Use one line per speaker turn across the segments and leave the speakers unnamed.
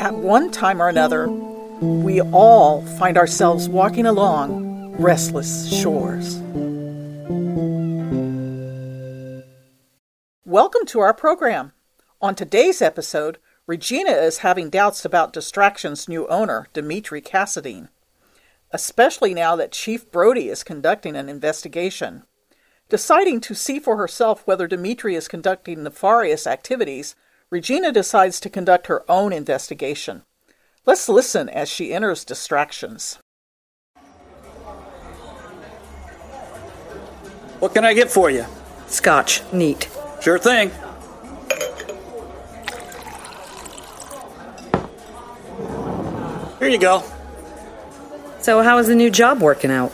At one time or another, we all find ourselves walking along restless shores. Welcome to our program. On today's episode, Regina is having doubts about Distraction's new owner, Dimitri Cassadine, especially now that Chief Brody is conducting an investigation. Deciding to see for herself whether Dimitri is conducting nefarious activities, Regina decides to conduct her own investigation. Let's listen as she enters distractions.
What can I get for you?
Scotch, neat.
Sure thing. Here you go.
So, how is the new job working out?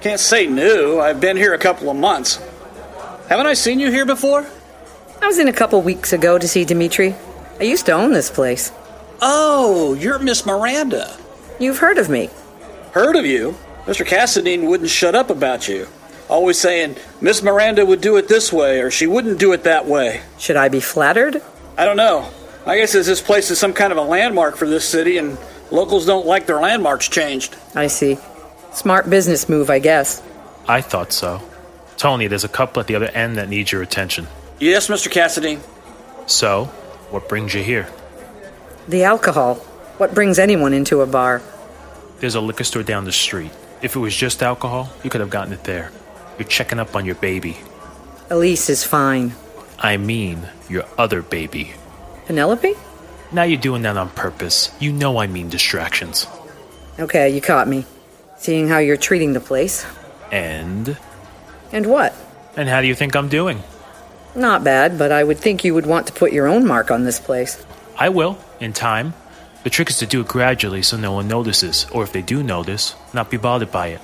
Can't say new. I've been here a couple of months. Haven't I seen you here before?
I was in a couple weeks ago to see Dimitri. I used to own this place.
Oh, you're Miss Miranda.
You've heard of me.
Heard of you? Mr. Cassadine wouldn't shut up about you. Always saying, Miss Miranda would do it this way or she wouldn't do it that way.
Should I be flattered?
I don't know. I guess as this place is some kind of a landmark for this city and locals don't like their landmarks changed.
I see. Smart business move, I guess.
I thought so. Tony, there's a couple at the other end that needs your attention.
Yes, Mr. Cassadine.
So, what brings you here?
The alcohol. What brings anyone into a bar?
There's a liquor store down the street. If it was just alcohol, you could have gotten it there. You're checking up on your baby.
Elise is fine.
I mean, your other baby.
Penelope?
Now you're doing that on purpose. You know I mean distractions.
Okay, you caught me. Seeing how you're treating the place.
And?
And what?
And how do you think I'm doing?
Not bad, but I would think you would want to put your own mark on this place.
I will, in time. The trick is to do it gradually so no one notices, or if they do notice, not be bothered by it.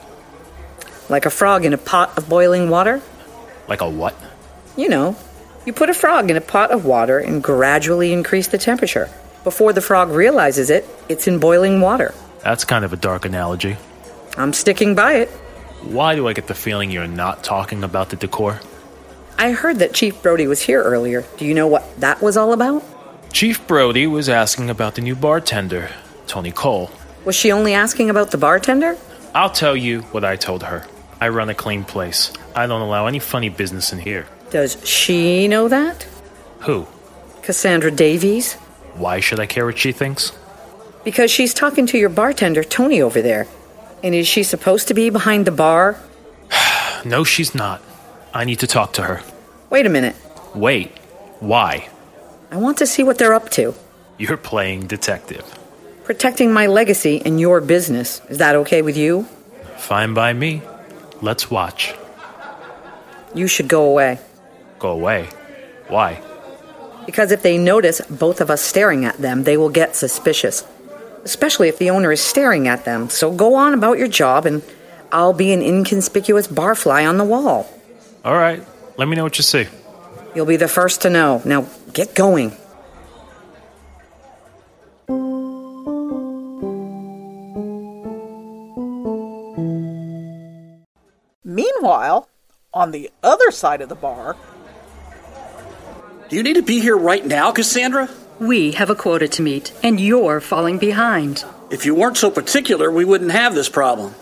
Like a frog in a pot of boiling water?
Like a what?
You know, you put a frog in a pot of water and gradually increase the temperature. Before the frog realizes it, it's in boiling water.
That's kind of a dark analogy.
I'm sticking by it.
Why do I get the feeling you're not talking about the decor?
I heard that Chief Brody was here earlier. Do you know what that was all about?
Chief Brody was asking about the new bartender, Tony Cole.
Was she only asking about the bartender?
I'll tell you what I told her. I run a clean place. I don't allow any funny business in here.
Does she know that?
Who?
Cassandra Davies?
Why should I care what she thinks?
Because she's talking to your bartender, Tony, over there. And is she supposed to be behind the bar?
No, she's not. I need to talk to her.
Wait a minute.
Wait, why?
I want to see what they're up to.
You're playing detective.
Protecting my legacy and your business. Is that okay with you?
Fine by me. Let's watch.
You should go away.
Go away. Why?
Because if they notice both of us staring at them, they will get suspicious. Especially if the owner is staring at them. So go on about your job and I'll be an inconspicuous barfly on the wall.
All right, let me know what you see.
You'll be the first to know. Now get going.
Meanwhile, on the other side of the bar,
Do you need to be here right now, Cassandra?
We have a quota to meet, and you're falling behind.
If you weren't so particular, we wouldn't have this problem.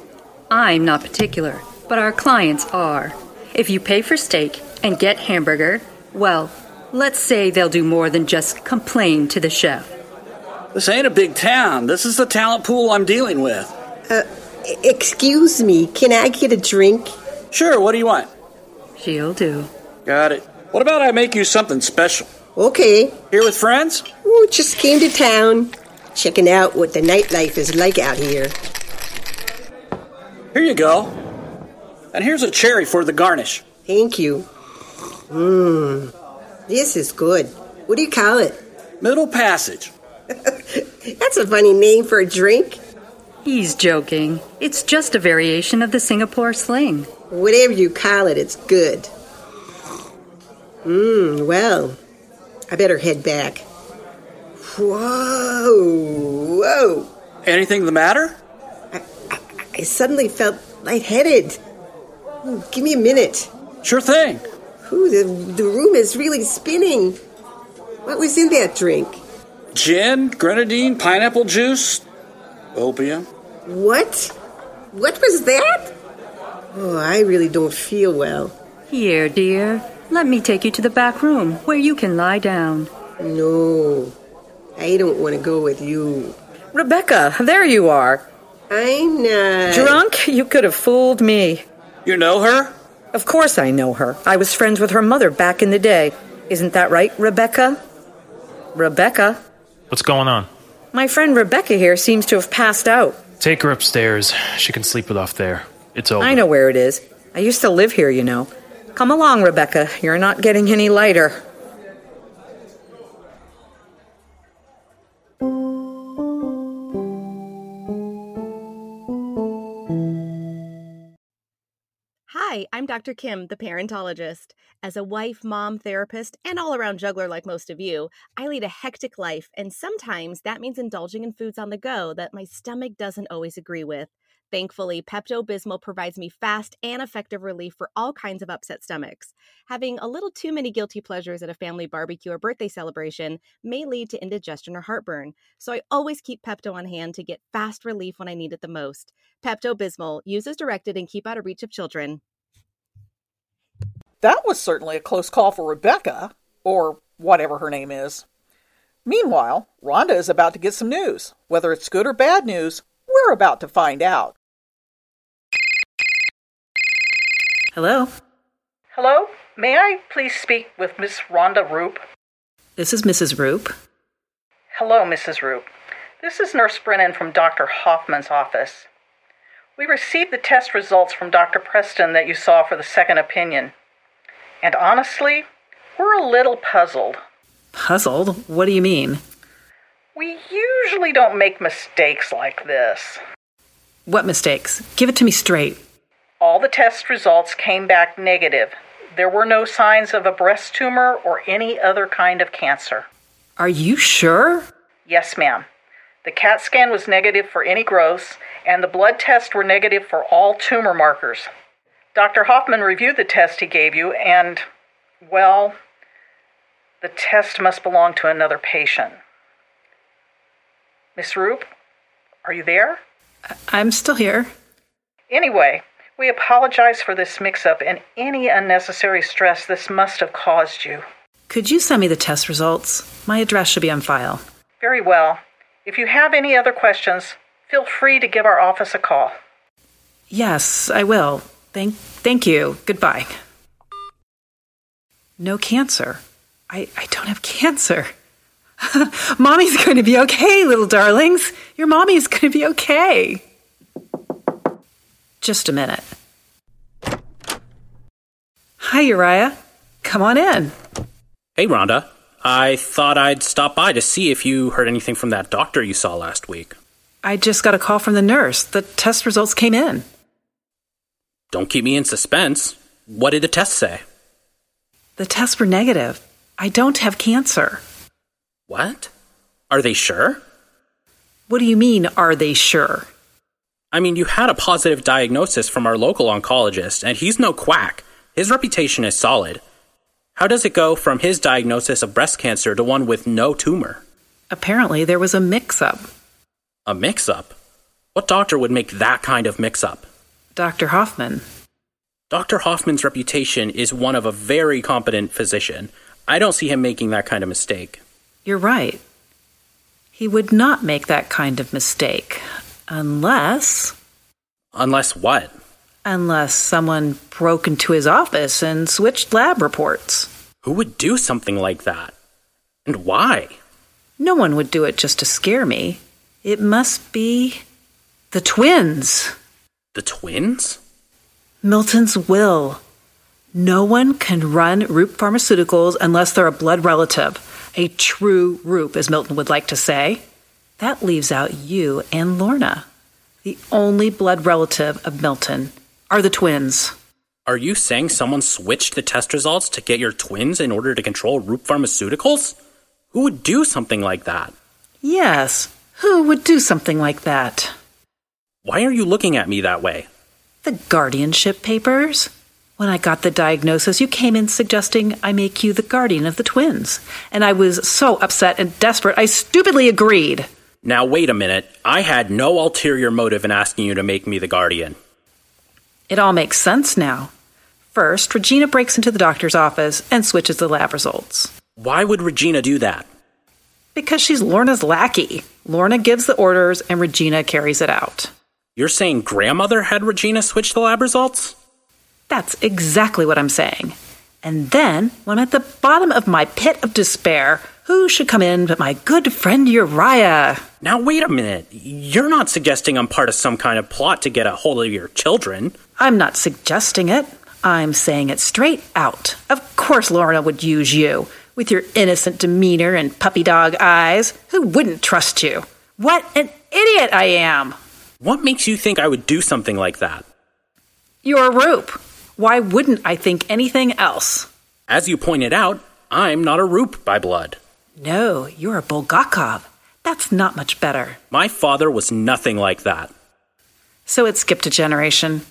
I'm not particular, but our clients are. If you pay for steak and get hamburger, well, let's say they'll do more than just complain to the chef.
This ain't a big town. This is the talent pool I'm dealing with.
Excuse me, can I get a drink?
Sure, what do you want?
She'll do.
Got it. What about I make you something special?
Okay.
Here with friends?
Ooh, just came to town. Checking out what the nightlife is like out here.
Here you go. And here's a cherry for the garnish.
Thank you. Hmm, This is good. What do you call it?
Middle Passage.
That's a funny name for a drink.
He's joking. It's just a variation of the Singapore sling.
Whatever you call it, it's good. Mmm, well, I better head back. Whoa, whoa.
Anything the matter?
I suddenly felt lightheaded. Ooh, Give me a minute.
Sure thing.
Ooh, the, the room is really spinning. What was in that drink?
Gin, grenadine, pineapple juice, opium.
What? What was that? Oh, I really don't feel well.
Here, dear, let me take you to the back room where you can lie down.
No, I don't want to go with you.
Rebecca, there you are.
I'm not.
Drunk? You could have fooled me.
You know her?
Of course I know her. I was friends with her mother back in the day. Isn't that right, Rebecca? Rebecca?
What's going on?
My friend Rebecca here seems to have passed out.
Take her upstairs. She can sleep it off there. It's over.
I know where it is. I used to live here, you know. Come along, Rebecca. You're not getting any lighter.
Hi, I'm Dr. Kim, the parentologist. As a wife, mom, therapist, and all around juggler like most of you, I lead a hectic life, and sometimes that means indulging in foods on the go that my stomach doesn't always agree with. Thankfully, Pepto Bismol provides me fast and effective relief for all kinds of upset stomachs. Having a little too many guilty pleasures at a family barbecue or birthday celebration may lead to indigestion or heartburn, so I always keep Pepto on hand to get fast relief when I need it the most. Pepto Bismol, use as directed and keep out of reach of children.
That was certainly a close call for Rebecca, or whatever her name is. Meanwhile, Rhonda is about to get some news. Whether it's good or bad news, we're about to find out.
Hello,
Hello? May I please speak with Miss Rhonda Roop?
this is Mrs. Roop.
Hello, Mrs. Roop. This is Nurse Brennan from Dr. Hoffman's office. We received the test results from Dr. Preston that you saw for the second opinion. And honestly, we're a little puzzled.
Puzzled? What do you mean?
We usually don't make mistakes like this.
What mistakes? Give it to me straight.
All the test results came back negative. There were no signs of a breast tumor or any other kind of cancer.
Are you sure?
Yes, ma'am. The CAT scan was negative for any growths, and the blood tests were negative for all tumor markers. Dr. Hoffman reviewed the test he gave you, and, well, the test must belong to another patient. Miss Roop, are you there?
I'm still here.
Anyway, we apologize for this mix up and any unnecessary stress this must have caused you.
Could you send me the test results? My address should be on file.
Very well. If you have any other questions, feel free to give our office a call.
Yes, I will. Thank thank you. Goodbye. No cancer. I, I don't have cancer. mommy's going to be okay, little darlings. Your mommy's going to be okay. Just a minute. Hi, Uriah. Come on in.
Hey, Rhonda. I thought I'd stop by to see if you heard anything from that doctor you saw last week.
I just got a call from the nurse. The test results came in.
Don't keep me in suspense. What did the test say?
The tests were negative. I don't have cancer.
What? Are they sure?
What do you mean, are they sure?
I mean, you had a positive diagnosis from our local oncologist, and he's no quack. His reputation is solid. How does it go from his diagnosis of breast cancer to one with no tumor?
Apparently, there was a mix up.
A mix up? What doctor would make that kind of mix up?
Dr. Hoffman.
Dr. Hoffman's reputation is one of a very competent physician. I don't see him making that kind of mistake.
You're right. He would not make that kind of mistake unless
Unless what?
unless someone broke into his office and switched lab reports.
Who would do something like that? And why?
No one would do it just to scare me. It must be the twins.
The twins?
Milton's will. No one can run Roop Pharmaceuticals unless they're a blood relative. A true Roop, as Milton would like to say. That leaves out you and Lorna. The only blood relative of Milton are the twins.
Are you saying someone switched the test results to get your twins in order to control Roop Pharmaceuticals? Who would do something like that?
Yes, who would do something like that?
Why are you looking at me that way?
The guardianship papers. When I got the diagnosis, you came in suggesting I make you the guardian of the twins. And I was so upset and desperate, I stupidly agreed.
Now, wait a minute. I had no ulterior motive in asking you to make me the guardian.
It all makes sense now. First, Regina breaks into the doctor's office and switches the lab results.
Why would Regina do that?
Because she's Lorna's lackey. Lorna gives the orders and Regina carries it out.
You're saying grandmother had Regina switch the lab results?
That's exactly what I'm saying. And then, when I'm at the bottom of my pit of despair, who should come in but my good friend Uriah?
Now, wait a minute. You're not suggesting I'm part of some kind of plot to get a hold of your children.
I'm not suggesting it. I'm saying it straight out. Of course, Lorna would use you. With your innocent demeanor and puppy dog eyes, who wouldn't trust you? What an idiot I am!
What makes you think I would do something like that?
You're a Roop. Why wouldn't I think anything else?
As you pointed out, I'm not a Roop by blood.
No, you're a Bulgakov. That's not much better.
My father was nothing like that.
So it skipped a generation.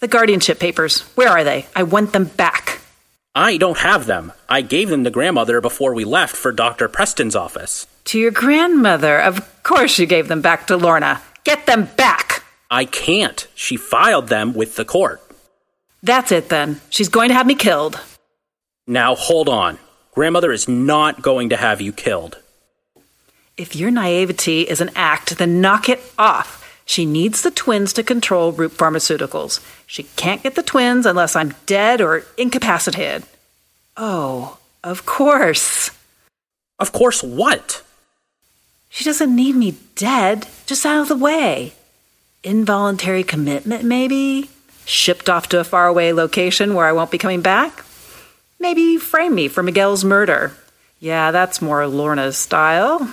The guardianship papers, where are they? I want them back.
I don't have them. I gave them to grandmother before we left for Dr. Preston's office.
To your grandmother. Of course you gave them back to Lorna. Get them back!
I can't. She filed them with the court.
That's it then. She's going to have me killed.
Now hold on. Grandmother is not going to have you killed.
If your naivety is an act, then knock it off. She needs the twins to control Root Pharmaceuticals. She can't get the twins unless I'm dead or incapacitated. Oh, of course.
Of course, what?
She doesn't need me dead, just out of the way. Involuntary commitment, maybe? Shipped off to a faraway location where I won't be coming back? Maybe frame me for Miguel's murder. Yeah, that's more Lorna's style.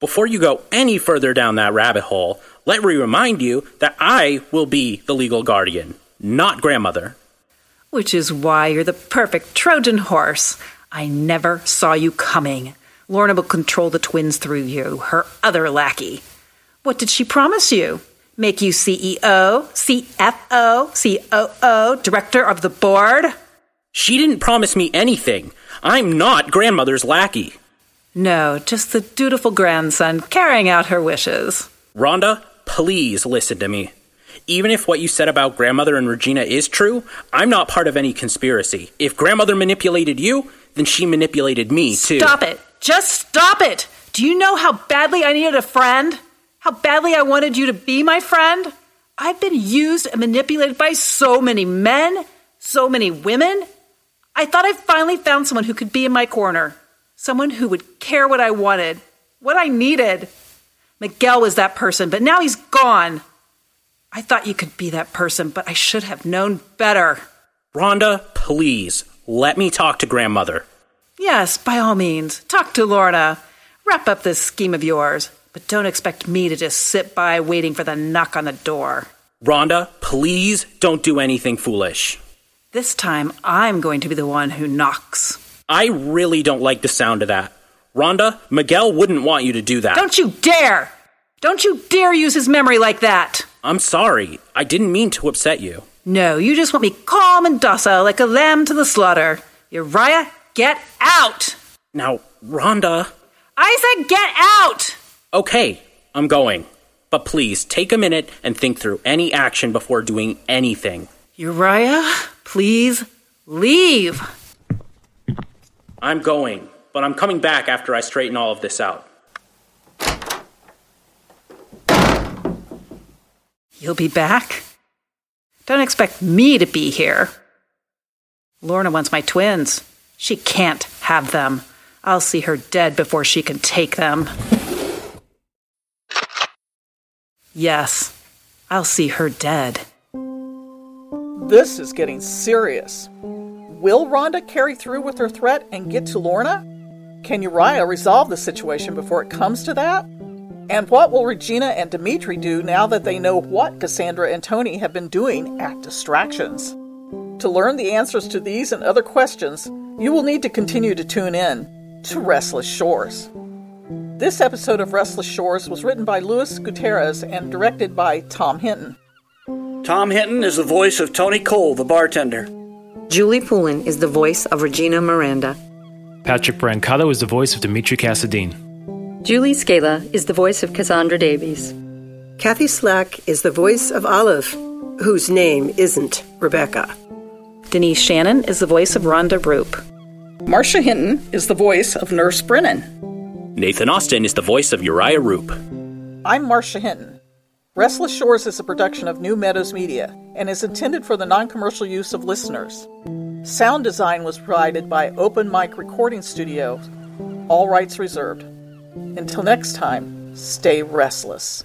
Before you go any further down that rabbit hole, let me remind you that I will be the legal guardian, not grandmother.
Which is why you're the perfect Trojan horse. I never saw you coming. Lorna will control the twins through you, her other lackey. What did she promise you? Make you E CEO, CFO, COO, director of the board?
She didn't promise me anything. I'm not grandmother's lackey.
No, just the dutiful grandson carrying out her wishes.
Rhonda, please listen to me. Even if what you said about grandmother and Regina is true, I'm not part of any conspiracy. If grandmother manipulated you, then she manipulated me too.
Stop it! Just stop it! Do you know how badly I needed a friend? How badly I wanted you to be my friend? I've been used and manipulated by so many men, so many women. I thought I finally found someone who could be in my corner, someone who would care what I wanted, what I needed. Miguel was that person, but now he's gone. I thought you could be that person, but I should have known better.
Rhonda, please, let me talk to grandmother.
Yes, by all means. Talk to Lorna. Wrap up this scheme of yours, but don't expect me to just sit by waiting for the knock on the door.
Rhonda, please don't do anything foolish.
This time, I'm going to be the one who knocks.
I really don't like the sound of that. Rhonda, Miguel wouldn't want you to do that.
Don't you dare! Don't you dare use his memory like that!
I'm sorry. I didn't mean to upset you.
No, you just want me calm and docile like a lamb to the slaughter. Uriah, get out!
Now, Rhonda.
I said get out!
Okay, I'm going. But please take a minute and think through any action before doing anything.
Uriah, please leave.
I'm going but I'm coming back after I straighten all of this out.
You'll be back? Don't expect me to be here. Lorna wants my twins. She can't have them. I'll see her dead before she can take them. Yes, I'll see her dead.
This is getting serious. Will Rhonda carry through with her threat and get to Lorna? Can Uriah resolve the situation before it comes to that? And what will Regina and Dimitri do now that they know what Cassandra and Tony have been doing at Distractions? To learn the answers to these and other questions, you will need to continue to tune in to Restless Shores. This episode of Restless Shores was written by Luis Gutierrez and directed by Tom Hinton.
Tom Hinton is the voice of Tony Cole, the bartender.
Julie Poulin is the voice of Regina Miranda.
Patrick Brancato is the voice of Dimitri Cassadine.
Julie Scala is the voice of Cassandra Davies.
Kathy Slack is the voice of Olive, whose name isn't Rebecca.
Denise Shannon is the voice of Rhonda Roop.
Marcia Hinton is the voice of Nurse Brennan.
Nathan Austin is the voice of Uriah Roop.
I'm Marcia Hinton. Restless Shores is a production of New Meadows Media and is intended for the non commercial use of listeners. Sound design was provided by Open Mic Recording Studio, all rights reserved. Until next time, stay restless.